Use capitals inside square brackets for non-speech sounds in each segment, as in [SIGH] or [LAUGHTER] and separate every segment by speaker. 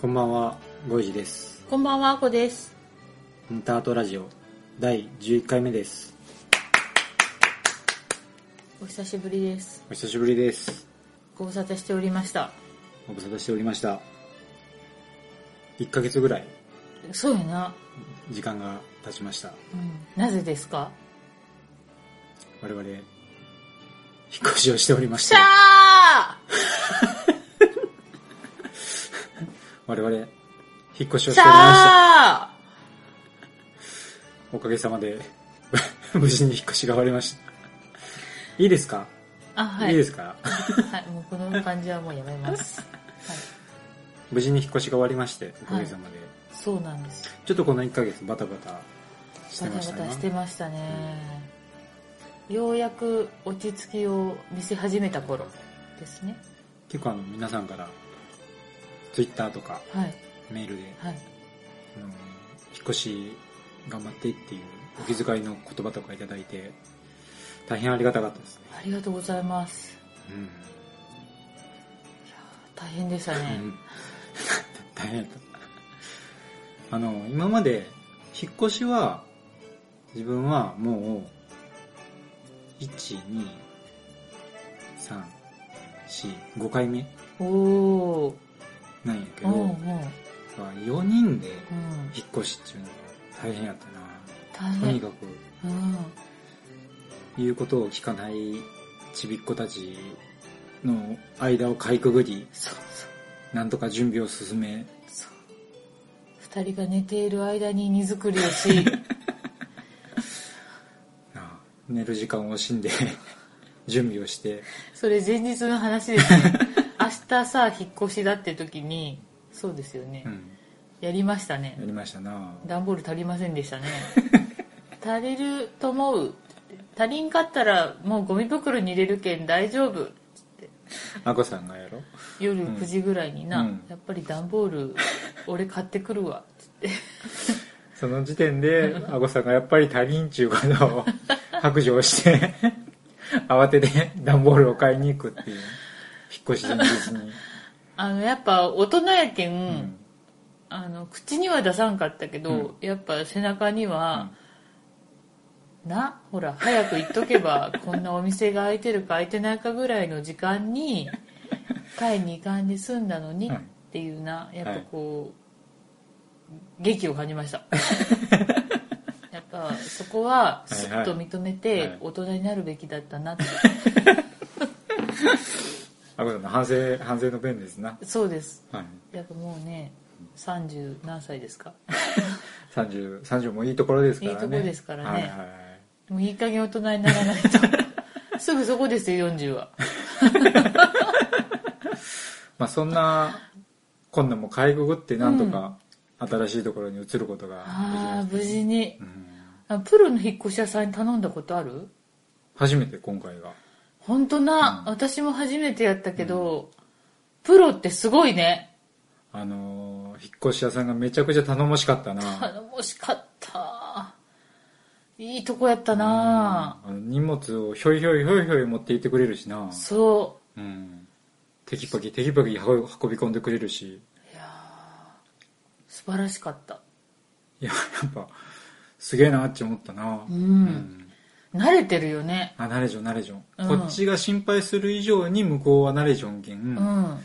Speaker 1: こんばんは、ゴイジです。
Speaker 2: こんばんは、あこです。
Speaker 1: インタートラジオ第11回目です。
Speaker 2: お久しぶりです。
Speaker 1: お久しぶりです。
Speaker 2: ご無沙汰しておりました。
Speaker 1: ご無沙汰しておりました。1ヶ月ぐらい
Speaker 2: そうやな。
Speaker 1: 時間が経ちました。
Speaker 2: うん。なぜですか
Speaker 1: 我々、引っ越しをしておりまし
Speaker 2: しゃ
Speaker 1: て、我々、引っ越し
Speaker 2: ー
Speaker 1: をし
Speaker 2: し
Speaker 1: お
Speaker 2: て
Speaker 1: りました。
Speaker 2: ゃ
Speaker 1: おかげさまで、 [LAUGHS] 無事に引っ越しが終わりました。いいですか、、
Speaker 2: ーあ、はいい。
Speaker 1: いですか
Speaker 2: はい。もうこの感じはもうやめます。はい。
Speaker 1: 無事に引っ越しが終わりまして、おかげさまで。
Speaker 2: [LAUGHS] そうなんです。
Speaker 1: ちょっとこの1ヶ月バタバタして
Speaker 2: バタ
Speaker 1: ま
Speaker 2: バ
Speaker 1: した
Speaker 2: タし
Speaker 1: ね。
Speaker 2: てましたね。ようやく落ち着きを見せ始めた頃ですね。
Speaker 1: 結構あの皆さんから、ツイッターとか
Speaker 2: はい。
Speaker 1: メールで、
Speaker 2: はい。
Speaker 1: あの引っ越し頑張ってっていうお気遣いの言葉とかいただいて、大変ありがたかったですね。
Speaker 2: ありがとうございます。
Speaker 1: うん。
Speaker 2: 大変でしたね。
Speaker 1: うん [LAUGHS] 大変だった。あの、今まで、引っ越しは、自分はもう、1、2、3、4、5回目
Speaker 2: おー。
Speaker 1: なんやけ
Speaker 2: うんうん。う
Speaker 1: ど
Speaker 2: ん、。
Speaker 1: 4人で引っ越しっていうのが大変やったな。
Speaker 2: 大
Speaker 1: とに
Speaker 2: 変。
Speaker 1: かく、
Speaker 2: うん。
Speaker 1: 言うことを聞かないちびっ子たちの間をかいくぐり、
Speaker 2: そうそう。
Speaker 1: なんとか準備を進め、
Speaker 2: そう二人が寝ている間に荷造りを
Speaker 1: [LAUGHS]
Speaker 2: し
Speaker 1: なあ寝る時間を惜しんで [LAUGHS] 準備をして
Speaker 2: それ前日の話ですね明日さ引っ越しだって時にそうですよね、
Speaker 1: うん、
Speaker 2: やりましたね
Speaker 1: やりましたな
Speaker 2: 段ボール足りません
Speaker 1: [LAUGHS]
Speaker 2: でしたね足りると思う足りんかったらもうゴミ袋に入れるけん大丈夫
Speaker 1: あこさんがやろ
Speaker 2: 夜
Speaker 1: ん
Speaker 2: 9時ぐらいにな、
Speaker 1: うん
Speaker 2: やっぱり段ボール俺買ってくるわ
Speaker 1: その時点であこさんがやっぱり足りんちゅうことを [LAUGHS] 白状して慌てて [LAUGHS] 段ボールを買いに行くっていう引っ越し前日に、
Speaker 2: あのやっぱ大人やけん、
Speaker 1: うん
Speaker 2: あの口には出さんかったけど、やっぱ背中には、なほら早く行っとけば [LAUGHS] こんなお店が開いてるか開いてないかぐらいの時間
Speaker 1: [LAUGHS]
Speaker 2: に買いに行かんで済んだのに
Speaker 1: うん
Speaker 2: っていうなやっぱこう、劇を感じました
Speaker 1: [LAUGHS]
Speaker 2: やっぱそこはすっと認め
Speaker 1: はいはいは
Speaker 2: て
Speaker 1: い
Speaker 2: 大人になるべきだっ
Speaker 1: [LAUGHS]
Speaker 2: たなって、
Speaker 1: あこさんの反省反省の弁ですな、
Speaker 2: そうです
Speaker 1: はい、
Speaker 2: やっぱもうね30何歳ですか
Speaker 1: 30, 30もいいところですからね
Speaker 2: いいとこですからね
Speaker 1: はいはいはい
Speaker 2: もういい加減大人にならないと [LAUGHS] すぐそこですよ40は
Speaker 1: まあそんな、こんなんもかいぐぐってなんとか新しいところに移ることができ
Speaker 2: あ
Speaker 1: ま
Speaker 2: あ
Speaker 1: した。
Speaker 2: 無事に
Speaker 1: うん
Speaker 2: あプロの引っ越し屋さんに頼んだことある
Speaker 1: 初めて今回が。
Speaker 2: 本当な、
Speaker 1: うん
Speaker 2: 私も初めてやったけど、プロってすごいね
Speaker 1: あのー引っ越し屋さんがめちゃくちゃ頼もしかったな。
Speaker 2: 頼もしかったいいとこやったな、
Speaker 1: うんあの荷物をひょいひょいひょいひょい持って行ってくれるしな。
Speaker 2: そ
Speaker 1: うん。テキパキテキパキ運び運び込んでくれるし。
Speaker 2: ういやー素晴らしかった
Speaker 1: いや、やっぱ、すげえなって思ったな。
Speaker 2: うん、
Speaker 1: うん
Speaker 2: 慣れてるよね
Speaker 1: あ、慣れじょん慣れじょん。
Speaker 2: うん
Speaker 1: こっちが心配する以上に向こうは慣れじょんけん。
Speaker 2: うん、
Speaker 1: も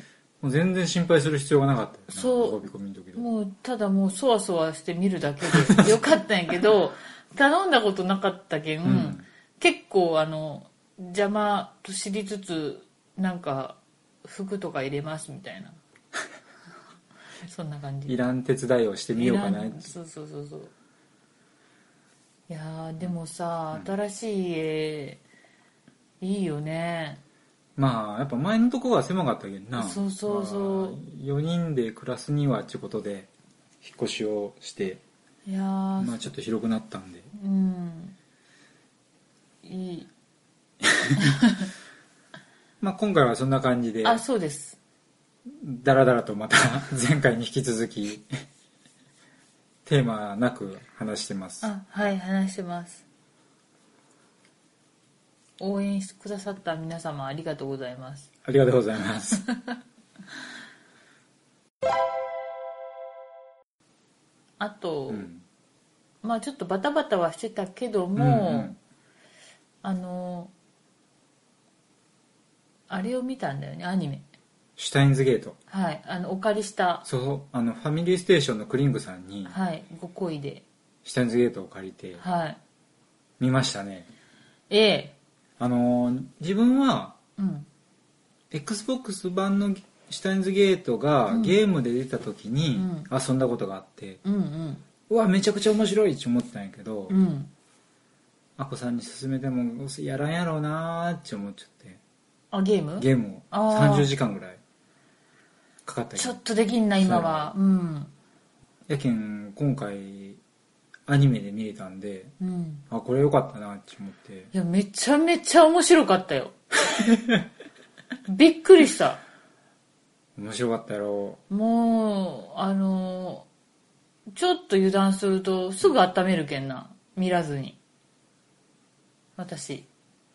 Speaker 1: う全然心配する必要がなかったよな
Speaker 2: そう
Speaker 1: 運び込みの時とか
Speaker 2: もうただもうそわそわして見るだけでよかったんや
Speaker 1: [LAUGHS]
Speaker 2: けど頼んだことなかったけん、
Speaker 1: ん
Speaker 2: 結構あの邪魔と知りつつなんか服とか入れますみ
Speaker 1: [LAUGHS]
Speaker 2: たいなそんな感じ
Speaker 1: いらん手伝いをしてみようかな。
Speaker 2: いらんそうそうそうそういやーでもさ、新しい家いいよね
Speaker 1: まあ、やっぱ前のとこは狭かったけどな。
Speaker 2: そうそうそう
Speaker 1: 4人で暮らすにはちゅうことで、引っ越しをして、
Speaker 2: いやー、
Speaker 1: まあちょっと広くなったんで。
Speaker 2: うんいい
Speaker 1: まあ今回はそんな感じで、
Speaker 2: あそうです
Speaker 1: だらだらとまた [LAUGHS] 前回に引き続き、テーマなく話してます。
Speaker 2: あはい話してます応援してくださった皆様あり [LAUGHS] がとうございます
Speaker 1: ありがとうございます。
Speaker 2: あと、
Speaker 1: うん
Speaker 2: まあちょっとバタバタはしてたけども、
Speaker 1: うん
Speaker 2: あのあれを見たんだよねアニメ
Speaker 1: シュタインズゲート
Speaker 2: はいあのお借りした
Speaker 1: そうそうあのファミリーステーションのクリングさんに
Speaker 2: はいご恋で
Speaker 1: シュタインズゲートを借りて
Speaker 2: はい
Speaker 1: 見ましたね
Speaker 2: ええ
Speaker 1: あのー自分は
Speaker 2: うん
Speaker 1: XBOX 版のシュタインズゲートが
Speaker 2: うん
Speaker 1: ゲームで出た時に
Speaker 2: うん
Speaker 1: 遊んだことがあって、
Speaker 2: うんうん
Speaker 1: うわめちゃくちゃ面白いって思ってたんやけど、
Speaker 2: うん
Speaker 1: あこさんに勧めてもどうせやらんやろうなーって思っちゃって
Speaker 2: あゲーム
Speaker 1: ゲームを
Speaker 2: あー
Speaker 1: 30時間ぐらいかかったけ
Speaker 2: ちょ
Speaker 1: ど
Speaker 2: っとできんな今はうん
Speaker 1: やけん今回アニメで見れたんで
Speaker 2: うん
Speaker 1: あこれ良かったなって思って
Speaker 2: いやめちゃめちゃ面白かったよびっくりした
Speaker 1: 面白かったやろ
Speaker 2: もうあのちょっと油断するとすぐ温めるけんな見らずに私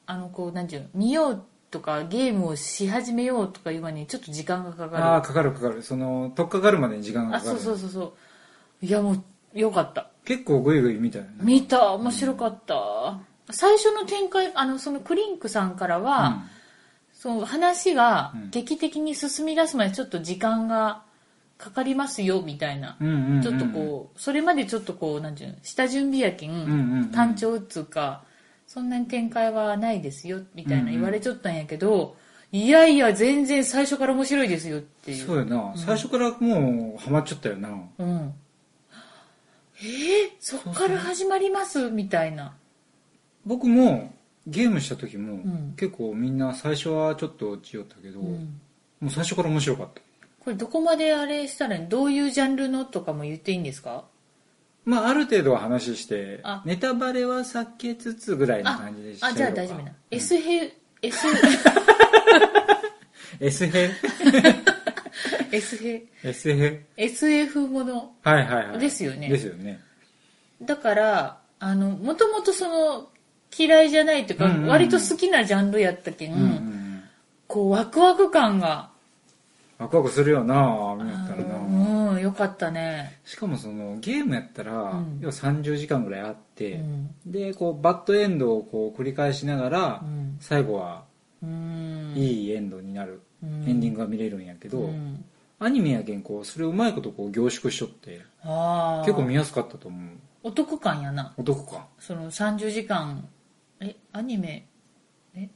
Speaker 2: あのこう何ていうの見ようとかゲームをし始めようとかいう間にちょっと時間がかかる
Speaker 1: ああかかるかかるその取っかかるまでに時間が
Speaker 2: あ
Speaker 1: かか
Speaker 2: そう
Speaker 1: る
Speaker 2: そうそうそういやもうよかった
Speaker 1: 結構グイグイ見たよね
Speaker 2: 見た面白かった最初の展開あのそのクリンクさんからは、その話が
Speaker 1: うん
Speaker 2: 劇的に進み出すまでちょっと時間がかかりますよみたいな、
Speaker 1: うんうんうんうん
Speaker 2: ちょっとこうそれまでちょっとこうなんていうの下準備やけ
Speaker 1: ん
Speaker 2: ん,、
Speaker 1: うんうん
Speaker 2: 単調っつうかそんなに展開はないですよみた
Speaker 1: う
Speaker 2: い
Speaker 1: んう
Speaker 2: なん言われちゃったんやけど、いやいや全然最初から面白いですよっていう
Speaker 1: そうやな、最初からもうハマっちゃったよな
Speaker 2: うんえー、そっから始まりますみたいな
Speaker 1: 僕もゲームした時も、
Speaker 2: ん
Speaker 1: 結構みんな最初はちょっと落ちよったけど、
Speaker 2: うん
Speaker 1: もう最初から面白かった
Speaker 2: これどこまであれしたらいいどういうジャンルのとかも言っていいんですか
Speaker 1: まあある程度は話して
Speaker 2: あ
Speaker 1: ネタバレは避けつつぐらいの感じでしちゃ
Speaker 2: あ、
Speaker 1: う
Speaker 2: じゃあ大丈夫な。
Speaker 1: S
Speaker 2: S 編、S、
Speaker 1: S 編
Speaker 2: S 編、
Speaker 1: S 編
Speaker 2: SF もの。
Speaker 1: はいはいはい
Speaker 2: ですよね
Speaker 1: ですよね
Speaker 2: だから、あの、もともとその、嫌いじゃないというか、
Speaker 1: うんうんうん
Speaker 2: 割と好きなジャンルやったけん、
Speaker 1: うん、うんうん、
Speaker 2: こう、ワクワク感が、
Speaker 1: ワクワクするよな見よったらな、
Speaker 2: うん、よかったね。
Speaker 1: しかもそのゲームやったら、
Speaker 2: ん
Speaker 1: 要は30時間ぐらいあっ
Speaker 2: う
Speaker 1: て、
Speaker 2: ん。
Speaker 1: でこうバッドエンドをこう繰り返しながら、
Speaker 2: うん
Speaker 1: 最後は
Speaker 2: うん。
Speaker 1: いいエンドになる、
Speaker 2: うん
Speaker 1: エンディングが見れるんやけど、
Speaker 2: うん
Speaker 1: アニメや原稿それをうまいことこう凝縮しとって
Speaker 2: ああ。
Speaker 1: 結構見やすかったと思
Speaker 2: お得感やな。
Speaker 1: う男か
Speaker 2: その30時間、え、アニメ、え、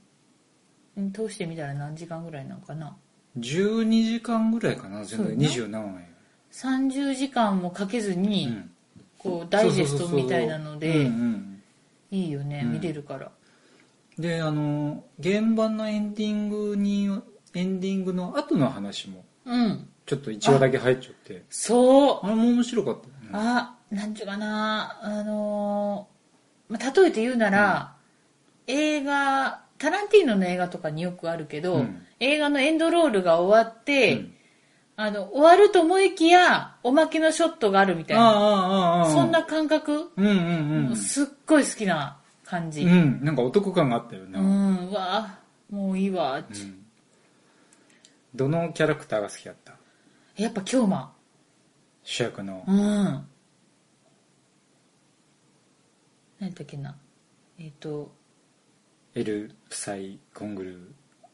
Speaker 2: ん通してみたら何時間ぐらいなんかな。
Speaker 1: 12時間ぐらいかな全部
Speaker 2: そう
Speaker 1: で
Speaker 2: やな
Speaker 1: 27円
Speaker 2: 30時間もかけずに、
Speaker 1: うん
Speaker 2: こうダイジェストみたいなの
Speaker 1: そうそうそう
Speaker 2: で
Speaker 1: そううんうん
Speaker 2: いいよね
Speaker 1: うん
Speaker 2: 見れるから
Speaker 1: であの原版のエンディングにエンディングの後の話も
Speaker 2: うん、
Speaker 1: ちょっと1話だけ入っちゃって
Speaker 2: そう
Speaker 1: あれも面白かったよね
Speaker 2: あなんちゅうかなあのーまあ例えて言うなら、映画タランティーノの映画とかによくあるけど、
Speaker 1: うん
Speaker 2: 映画のエンドロールが終わって、
Speaker 1: うん
Speaker 2: あの終わると思いきやおまけのショットがあるみたい
Speaker 1: ああ
Speaker 2: な
Speaker 1: ああああ
Speaker 2: そんな感覚、
Speaker 1: うんうん
Speaker 2: すっごい好きな感じ
Speaker 1: うんうんなんか男感があったよ
Speaker 2: う
Speaker 1: な、
Speaker 2: ん、うわもういいわ、
Speaker 1: うんどのキャラクターが好きだった
Speaker 2: やっぱ今日も
Speaker 1: 主役の
Speaker 2: うん。何だっけな。えっ、と、
Speaker 1: エル・プサイ・コングルー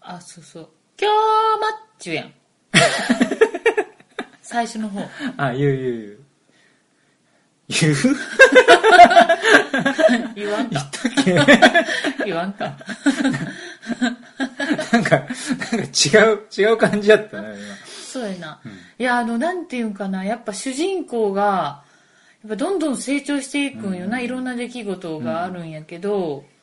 Speaker 2: あ、そうそう。今日マッチ
Speaker 1: [LAUGHS]
Speaker 2: ュやん。最初の方。
Speaker 1: あ、言う言う言う。言う [LAUGHS]
Speaker 2: 言わんか。
Speaker 1: 言ったっ
Speaker 2: 言わんか。
Speaker 1: けなんか、なんか違う、違う感じだったね、
Speaker 2: そうやな。いや、あの、なんていうんかな。やっぱ主人公が、やっぱどんどん成長していくんよな。
Speaker 1: うん
Speaker 2: いろんな出来事があるんやけど、
Speaker 1: 今。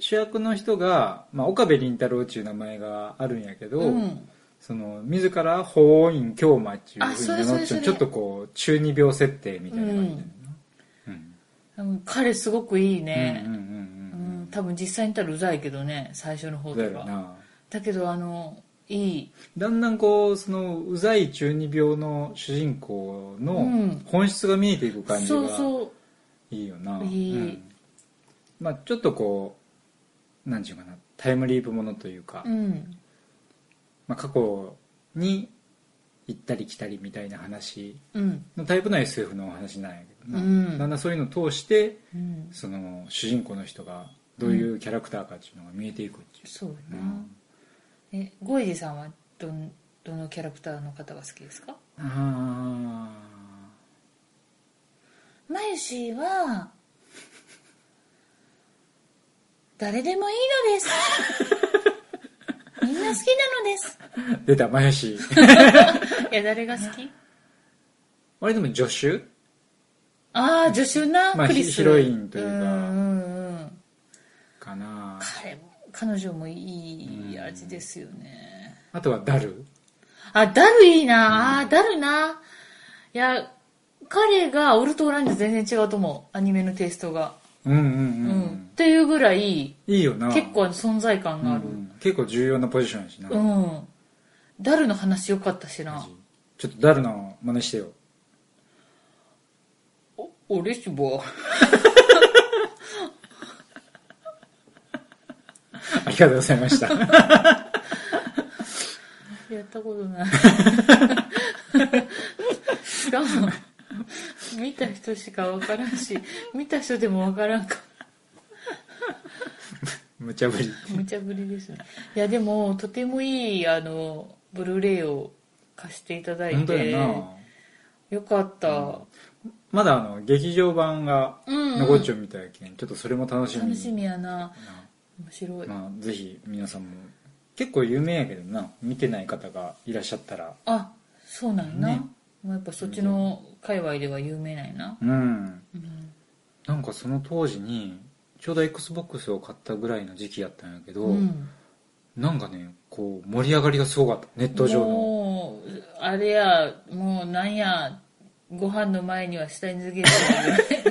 Speaker 1: 主役の人が、まあ、岡部倫太郎っていう名前があるんやけど、
Speaker 2: うん。
Speaker 1: その、自ら、法院京馬っていう
Speaker 2: あ
Speaker 1: ふ
Speaker 2: そうれ
Speaker 1: に
Speaker 2: そ
Speaker 1: 名乗って
Speaker 2: れそれ
Speaker 1: る、ちょっとこう、中二病設定みたいな感じだよね
Speaker 2: うん彼すごくいいね
Speaker 1: うん。うんうん
Speaker 2: う
Speaker 1: うんうん
Speaker 2: ん、多分実際にいたらうざいけどね、最初の
Speaker 1: そ
Speaker 2: 方
Speaker 1: う
Speaker 2: と
Speaker 1: だよ
Speaker 2: か。
Speaker 1: な。
Speaker 2: だけど、あの、いい。
Speaker 1: だんだんこう、その、うざい中二病の主人公
Speaker 2: うん
Speaker 1: の本質が見えていく感じが、
Speaker 2: そうそう。
Speaker 1: いいよない
Speaker 2: い
Speaker 1: うんまあ、ちょっとこう何て言うかなタイムリープものというか、
Speaker 2: うん。
Speaker 1: まあ、過去に行ったり来たりみたいな話
Speaker 2: うん
Speaker 1: のタイプの SF のお話なんやけどな、
Speaker 2: うん
Speaker 1: だんだんそういうのを通して
Speaker 2: うん
Speaker 1: その主人公の人がどういうキャラクターかっていうのが見えていくっていう、
Speaker 2: そう
Speaker 1: う
Speaker 2: やな、
Speaker 1: ん
Speaker 2: えゴイジさんはどんどのキャラクターの方が好きですか
Speaker 1: あ
Speaker 2: マユシーは誰でもいいのですみんな好きなのです
Speaker 1: ー出たマヤシ
Speaker 2: いや誰が好き
Speaker 1: [LAUGHS] あれでも助手
Speaker 2: ああ助手な、
Speaker 1: まあ
Speaker 2: クリス
Speaker 1: ヒロインというか
Speaker 2: うんうんうん
Speaker 1: かな
Speaker 2: 彼も彼女もいい味ですよね、
Speaker 1: あとはダル
Speaker 2: あダルいいなあーダルないや彼がオルとオランジュ全然違うと思うアニメのテイストが
Speaker 1: うんうんうん、
Speaker 2: うん、っていうぐらい
Speaker 1: いいよな
Speaker 2: 結構存在感
Speaker 1: うんう
Speaker 2: がある
Speaker 1: ん結構重要なポジションやしな、
Speaker 2: うん、ダルの話良かったしな
Speaker 1: ちょっとダルの真似してよ [LAUGHS]
Speaker 2: お俺しぼ
Speaker 1: ありがとうございました [LAUGHS]
Speaker 2: やったこと [LAUGHS] ないしかも見た人しか分からんし見た人でも分からんか
Speaker 1: 無茶ぶり
Speaker 2: 無茶ぶりですねいやでもとてもいいあのブルーレイを貸していただい
Speaker 1: 本当
Speaker 2: て
Speaker 1: やな、
Speaker 2: よかった、
Speaker 1: まだあの劇場版が
Speaker 2: うんうん
Speaker 1: 残っちゃうみたいやけん、ちょっとそれも楽しみに
Speaker 2: 楽しみやな面白い、
Speaker 1: まあ、ぜひ皆さんも結構有名やけどな見てない方がいらっしゃったら
Speaker 2: あそうなんやな、
Speaker 1: ね
Speaker 2: もうやっぱそっちの界隈では有名なんやな、
Speaker 1: うん
Speaker 2: うん
Speaker 1: なんかその当時にちょうど XBOX を買ったぐらいの時期やったんやけど、
Speaker 2: うん
Speaker 1: なんかねこう盛り上がりがすごかったネット上の
Speaker 2: もうあれやもうなんやご飯の前には下に漬けて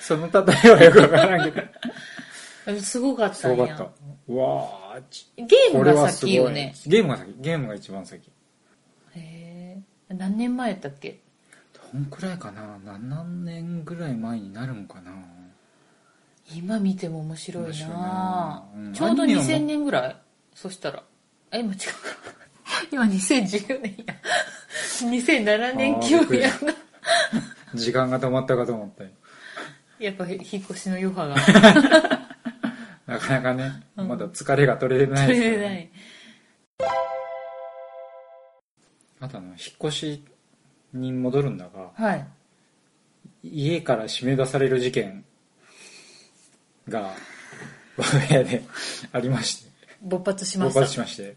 Speaker 1: その例えはよくわからんけど [LAUGHS]
Speaker 2: [LAUGHS] るすごかっ
Speaker 1: す
Speaker 2: たん
Speaker 1: ご
Speaker 2: や
Speaker 1: かったうわあち
Speaker 2: ゲーム
Speaker 1: これは
Speaker 2: が
Speaker 1: す
Speaker 2: 先
Speaker 1: ご
Speaker 2: よ
Speaker 1: い、
Speaker 2: ね
Speaker 1: ゲームが先ゲームが一番先
Speaker 2: へえ何年前やったっけ
Speaker 1: どんくらいかな7年ぐらい前になるんかな
Speaker 2: 今見ても面白いな
Speaker 1: 面白いなうん
Speaker 2: ちょうど
Speaker 1: アニメはもう
Speaker 2: 2000年ぐらいそしたらえ今違うか今2014年 [LAUGHS] や2007年記憶や
Speaker 1: あー時間が止まったかと思ったよ
Speaker 2: やっぱ引っ越しの余波が
Speaker 1: なかなかね、
Speaker 2: うん
Speaker 1: まだ疲れが取れない
Speaker 2: 取
Speaker 1: です
Speaker 2: れ
Speaker 1: からね
Speaker 2: な
Speaker 1: あ
Speaker 2: い
Speaker 1: とあの、引っ越しに戻るんだが、
Speaker 2: はい
Speaker 1: 家から締め出される事件が、我が家でありまして、
Speaker 2: 勃発しま
Speaker 1: 勃
Speaker 2: した
Speaker 1: 発しまして、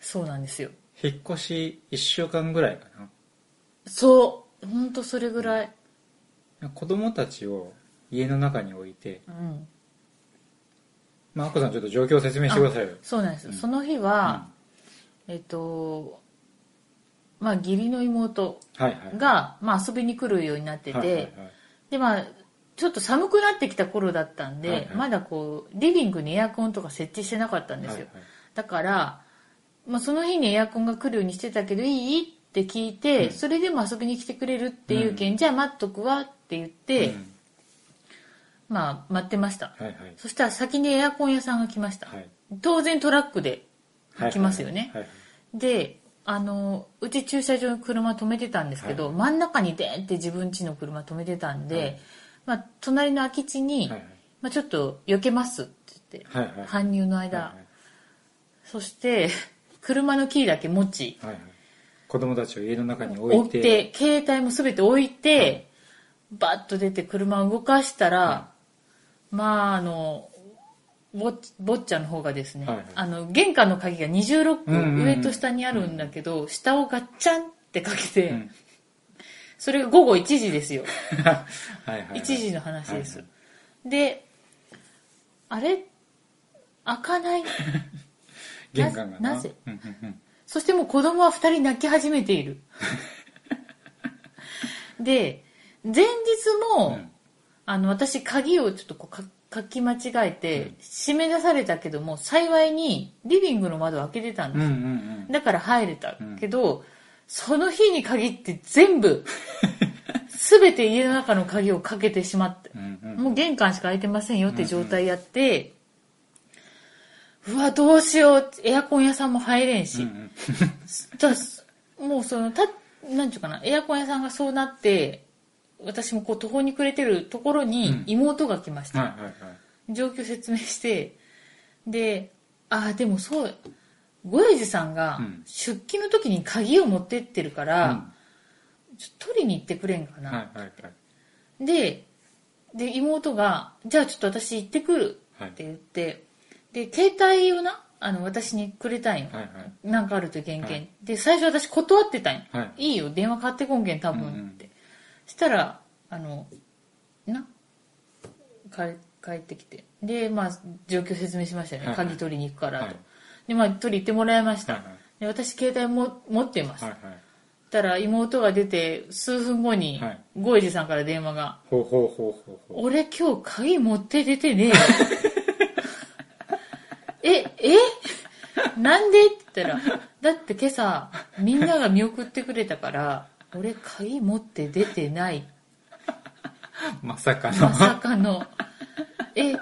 Speaker 2: そうなんですよ
Speaker 1: 引っ越し1週間ぐらいか
Speaker 2: そうほんとそれぐらい
Speaker 1: な。子供たちを家の中に置いて、
Speaker 2: うん
Speaker 1: まあ、アッコさんちょっと状況を説明してくださいよ。
Speaker 2: そうなんですよ、
Speaker 1: うん
Speaker 2: その日は、えっとまあ義理の妹
Speaker 1: うんはいはい。
Speaker 2: が、まあ、遊びに来るようになってて、
Speaker 1: はいはいはい
Speaker 2: でまあちょっと寒くなってきた頃だったんで、
Speaker 1: はいはい
Speaker 2: まだこうリビングにエアコンとか設置してなかったんですよ、
Speaker 1: はいはい
Speaker 2: だから、まあ、その日にエアコンが来るようにしてたけどいいって聞いて、
Speaker 1: うん
Speaker 2: それでも遊びに来てくれるっていうけん、じゃあ待っとくわって言って、
Speaker 1: うん
Speaker 2: まあ待ってました、
Speaker 1: はいはい。
Speaker 2: そしたら先にエアコン屋さんが来ました、
Speaker 1: はい
Speaker 2: 当然トラックで
Speaker 1: はい。
Speaker 2: 来ますよね
Speaker 1: はいはい。
Speaker 2: であのうち駐車場に車止めてたんですけど、
Speaker 1: はい
Speaker 2: 真ん中にでーって自分家の車止めてたんで、
Speaker 1: はい
Speaker 2: まあ、隣の空き地に、
Speaker 1: はい
Speaker 2: まあ、ちょっと避けますって言って、
Speaker 1: はいはい
Speaker 2: 搬入の間、
Speaker 1: はい
Speaker 2: そして [LAUGHS] 車のキーだけ持ち
Speaker 1: はいはい。子供たちを家の中に置
Speaker 2: 置
Speaker 1: い
Speaker 2: い
Speaker 1: て、
Speaker 2: て携帯も全て置いて、
Speaker 1: はい
Speaker 2: バッと出て車を動かしたら、
Speaker 1: は
Speaker 2: まああのぼっぼっちゃんの方がですね、
Speaker 1: はいはい
Speaker 2: あの玄関の鍵が20ロック、
Speaker 1: うんうんうん
Speaker 2: 上と下にあるんだけど、下をガッチャンってかけて、 [LAUGHS]
Speaker 1: うん
Speaker 2: それが午後1時ですよ
Speaker 1: はいはいはい。
Speaker 2: 1時の話です、
Speaker 1: はい
Speaker 2: であれ開かない
Speaker 1: 玄関が
Speaker 2: なぜ
Speaker 1: うんうんうん
Speaker 2: そしてもう子供は二人泣き始めている。
Speaker 1: [LAUGHS]
Speaker 2: で、前日も、
Speaker 1: うん
Speaker 2: あの、私鍵をちょっとこうか書き間違えて、締め出されたけども、幸いにリビングの窓を開けてたん
Speaker 1: うん
Speaker 2: で
Speaker 1: う
Speaker 2: す。
Speaker 1: んうん
Speaker 2: だから入れたけど、その日に限って
Speaker 1: [LAUGHS]
Speaker 2: 全部、すべて家の中の鍵をかけてしまって
Speaker 1: う、んうん
Speaker 2: もう玄関しか開いてませんよって状態やって、うわ、どうしよう。エアコン屋さんも入れん
Speaker 1: うん
Speaker 2: し。
Speaker 1: うん
Speaker 2: だすもうその、た、なんちゅうかな、エアコン屋さんがそうなって、私もこう途方に暮れてるところ
Speaker 1: う
Speaker 2: に
Speaker 1: ん
Speaker 2: 妹が来ました。
Speaker 1: はいはいはい。
Speaker 2: 状況説明して、で、ああ、でもそう、ゴエジさんが
Speaker 1: うん
Speaker 2: 出勤の時に鍵を持ってってるから、
Speaker 1: う
Speaker 2: ちょっと取りに行ってくれんか
Speaker 1: ん
Speaker 2: な、
Speaker 1: はいはいはい。
Speaker 2: で、で、妹が、じゃあちょっと私行ってくる
Speaker 1: はい
Speaker 2: って言って、で、携帯をな、あの、私にくれたんよ。
Speaker 1: はいはい。
Speaker 2: なんかあると元
Speaker 1: は
Speaker 2: 件
Speaker 1: い
Speaker 2: で、最初私断ってたんよ。
Speaker 1: はい
Speaker 2: いよ、電話買ってこんけん、多分
Speaker 1: うんうん
Speaker 2: って。したら、あの、な、帰帰ってきて。で、まあ、状況説明しましたよね。
Speaker 1: はいはい
Speaker 2: 鍵取りに行くからと。
Speaker 1: はい
Speaker 2: で、まあ、取り行ってもらいました。
Speaker 1: はいはい
Speaker 2: で私、携帯も持ってます。
Speaker 1: はいはい。
Speaker 2: したら、妹が出て、数分後に
Speaker 1: はい、
Speaker 2: ゴイジさんから電話が、
Speaker 1: ほうほうほうほうほう。
Speaker 2: 俺今日鍵持って出てね
Speaker 1: [LAUGHS]
Speaker 2: えよ。え、えなんでって言ったら、だって今朝みんなが見送ってくれたから、俺鍵持って出てない。
Speaker 1: まさかの。
Speaker 2: まさかの。え、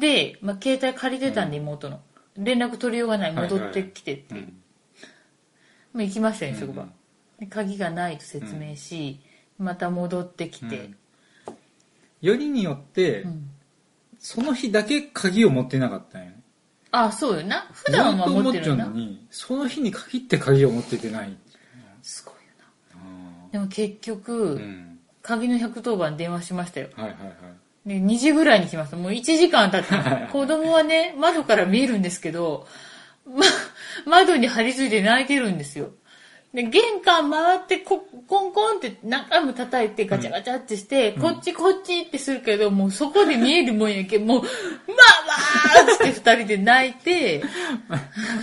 Speaker 2: で、まあ、携帯借りてたんで妹の。連絡取りようがない、戻ってきてって。
Speaker 1: う
Speaker 2: ま
Speaker 1: ん
Speaker 2: あ行きましたよね、職
Speaker 1: う
Speaker 2: 場
Speaker 1: ん。
Speaker 2: で鍵がないと説明し、また戻ってきて。
Speaker 1: よりによって
Speaker 2: う、ん
Speaker 1: その日だけ鍵を持ってなかったんよね。
Speaker 2: あ、そうよな。普段は持って
Speaker 1: ず
Speaker 2: る
Speaker 1: と思っち
Speaker 2: よ
Speaker 1: ゃう
Speaker 2: な
Speaker 1: の。に、その日に限って鍵を持っててない。
Speaker 2: すごいよな。
Speaker 1: あ
Speaker 2: でも結
Speaker 1: ーう
Speaker 2: 局、
Speaker 1: ん。
Speaker 2: 鍵の110番電話しましたよ。
Speaker 1: はいはいはい。
Speaker 2: で、2時ぐらいに来ました。もう1時間経って
Speaker 1: [LAUGHS]
Speaker 2: ます、子供はね、窓から見えるんですけど、ま、窓に張り付いて泣いてるんですよ。で、玄関回ってこ、コンコンって何回も叩いてガチャガチャってして、こっちこっちってするけど、もうそこで見えるもんやけん、もう、まあまあっつって二人で泣いて、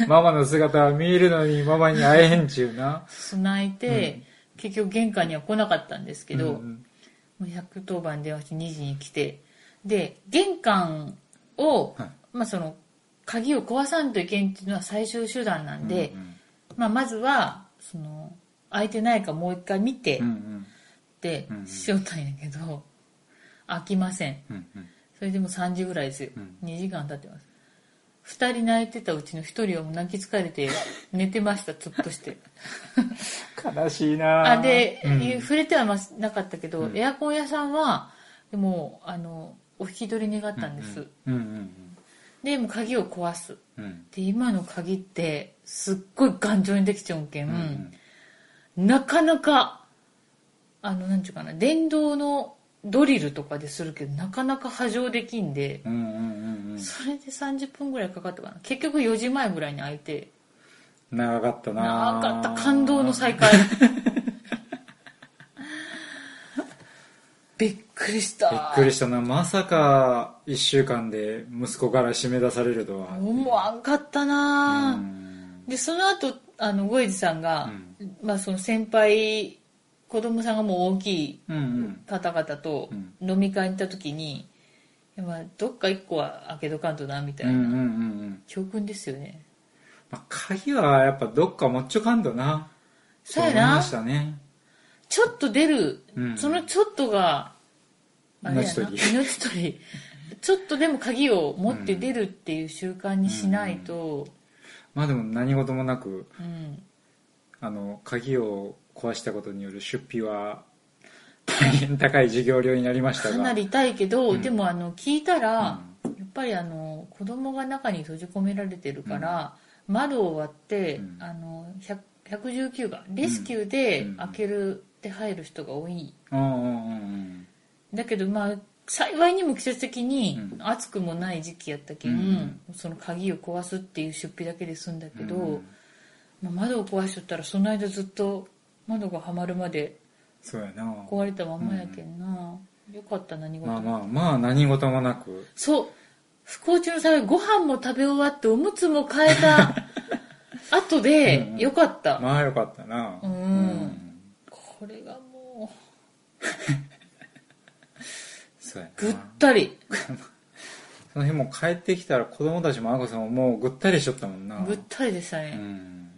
Speaker 1: ママの姿は見えるのにママに会えへんちゅうな。
Speaker 2: 泣いて、結局玄関には来なかったんですけ
Speaker 1: う
Speaker 2: ど、
Speaker 1: ん
Speaker 2: もう110番電話して2時に来て、で、玄関を、
Speaker 1: はい
Speaker 2: まあその、鍵を壊さんといけんっていうのは最終手段なんで、まあまずは、その、開いてないかもう一回見て
Speaker 1: うんう
Speaker 2: っ
Speaker 1: ん
Speaker 2: て
Speaker 1: うんうん
Speaker 2: しよったんやけど、開きません。
Speaker 1: うんうん
Speaker 2: それでもう3時ぐらいですよ。
Speaker 1: うん
Speaker 2: 2時間経ってます。2人泣いてたうちの1人はもう泣き疲れて寝てました、突っとして。
Speaker 1: うん悲しいな
Speaker 2: あで、
Speaker 1: うん
Speaker 2: 触れてはまあなかったけど、
Speaker 1: うん
Speaker 2: エアコン屋さんはでもあのお引き取り願ったんです、
Speaker 1: うんうん
Speaker 2: でもう鍵を壊す
Speaker 1: うんうん
Speaker 2: で今の鍵ってすっごい頑丈にできちゃうんけん、
Speaker 1: うんうん
Speaker 2: なかなかあのなんちゅうかな電動のドリルとかでするけどなかなか波状できんで、
Speaker 1: うんうんうん
Speaker 2: それで30分ぐらいかかったかな結局4時前ぐらいに開いて
Speaker 1: 長かったな
Speaker 2: 長かった感動の再会びっくりした
Speaker 1: びっくりしたなまさか1週間で息子から締め出されるとは
Speaker 2: 思わんかった
Speaker 1: う
Speaker 2: な、
Speaker 1: ん
Speaker 2: でその後あのゴエジさんが、まあ、その先輩子供さんがもう大きい
Speaker 1: うんうん
Speaker 2: 方々と
Speaker 1: うん
Speaker 2: 飲み会に行った時に、まあ、どっか一個は開けとかんとなみたい
Speaker 1: うんう
Speaker 2: な、
Speaker 1: んうんうん
Speaker 2: 教訓ですよね
Speaker 1: まあ鍵はやっぱどっか持っちょかんとな
Speaker 2: そう
Speaker 1: そう
Speaker 2: や
Speaker 1: 思い
Speaker 2: な
Speaker 1: ましたね
Speaker 2: ちょっと出る、
Speaker 1: うん
Speaker 2: そのちょっとがあれやな
Speaker 1: 命取り
Speaker 2: 命取りちょっとでも鍵を持って出るっていう習慣にしないと、
Speaker 1: まあでも何事もなく
Speaker 2: うん
Speaker 1: あの鍵を壊したことによる出費は大変高い授業料になりました
Speaker 2: か
Speaker 1: が
Speaker 2: なり痛いけど、
Speaker 1: うん
Speaker 2: でもあの聞いたら、やっぱりあの子供が中に閉じ込められてるから、窓を割って、
Speaker 1: うん
Speaker 2: あの100 119がレスキューで
Speaker 1: うん
Speaker 2: 開けるって入る人が多い
Speaker 1: うんうんうんうん
Speaker 2: だけどまあ幸いにも季節的に
Speaker 1: うん
Speaker 2: 暑くもない時期やったけん、
Speaker 1: うん
Speaker 2: その鍵を壊すっていう出費だけで済んだけど、
Speaker 1: うん
Speaker 2: まあ窓を壊しとったらその間ずっと窓がはまるまで
Speaker 1: そうやな
Speaker 2: 壊れたまんまやけんな、よかった何事も
Speaker 1: まあまあまあ何事もなく
Speaker 2: そう。不幸中の幸い、ご飯も食べ終わって、おむつも変えた
Speaker 1: [LAUGHS]
Speaker 2: 後で
Speaker 1: うん、
Speaker 2: よかった。
Speaker 1: まあよかったな
Speaker 2: うん
Speaker 1: うん
Speaker 2: これがもう、
Speaker 1: そうや
Speaker 2: ぐっ
Speaker 1: な
Speaker 2: たり、
Speaker 1: その日もう帰ってきたら子供たちもあこさんももうぐったりしとったもんな
Speaker 2: ぐったりでした
Speaker 1: う
Speaker 2: ね。
Speaker 1: ん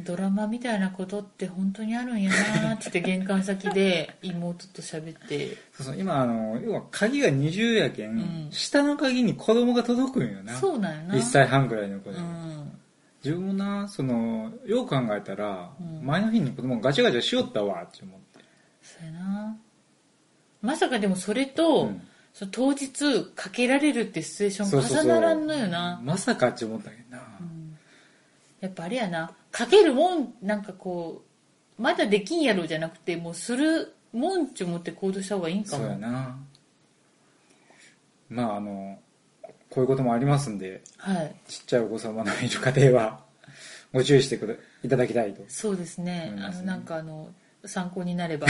Speaker 2: ドラマみたいなことって本当にあるんやなーって言って玄関先
Speaker 1: [LAUGHS]
Speaker 2: で妹と喋って
Speaker 1: そうそう今あの要は鍵が二重やけん、
Speaker 2: うん
Speaker 1: 下の鍵に子供が届くんよな
Speaker 2: そうなんやな
Speaker 1: 1歳半ぐらいの子
Speaker 2: う
Speaker 1: で、
Speaker 2: ん
Speaker 1: 自分もなそのよう考えたら、
Speaker 2: うん
Speaker 1: 前の日に子供がガチャガチャしよったわって思って、
Speaker 2: そうやなまさかでもそれと、
Speaker 1: うん
Speaker 2: その当日かけられるってシチュエーシ
Speaker 1: そ
Speaker 2: ョ
Speaker 1: うそうそ
Speaker 2: ン
Speaker 1: う
Speaker 2: 重ならんのよな
Speaker 1: まさかって思ったけどな、
Speaker 2: うんやっぱあれやなかけるもんなんかこうまだできんやろじゃなくてもうするもんちゅう思って行動した方がいいんか
Speaker 1: そう
Speaker 2: も
Speaker 1: やなまああのこういうこともありますんで
Speaker 2: はい
Speaker 1: ちっちゃいお子様のいる家庭はご注意してくだいただきたいと
Speaker 2: そうですね
Speaker 1: 思い
Speaker 2: あ
Speaker 1: ますね
Speaker 2: のなんかあの参考にな
Speaker 1: [LAUGHS]
Speaker 2: れば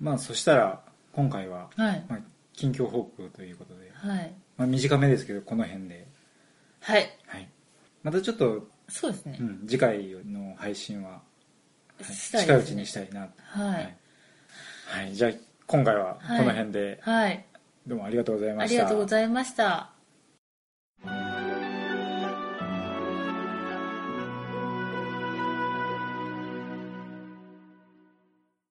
Speaker 1: まあそしたら今回は、
Speaker 2: はい
Speaker 1: まあ、近況報告ということで、
Speaker 2: はい
Speaker 1: まあ、短めですけどこの辺で、
Speaker 2: はい
Speaker 1: はい、またちょっと、
Speaker 2: そうですね、
Speaker 1: うん、次回の配信は、はい
Speaker 2: したいですね
Speaker 1: 近いうちにしたいな
Speaker 2: はい
Speaker 1: はい、はいじゃあ今回はこの辺で、
Speaker 2: はい
Speaker 1: どうもありがとうございま
Speaker 2: あ
Speaker 1: し
Speaker 2: り
Speaker 1: た、
Speaker 2: がとうございました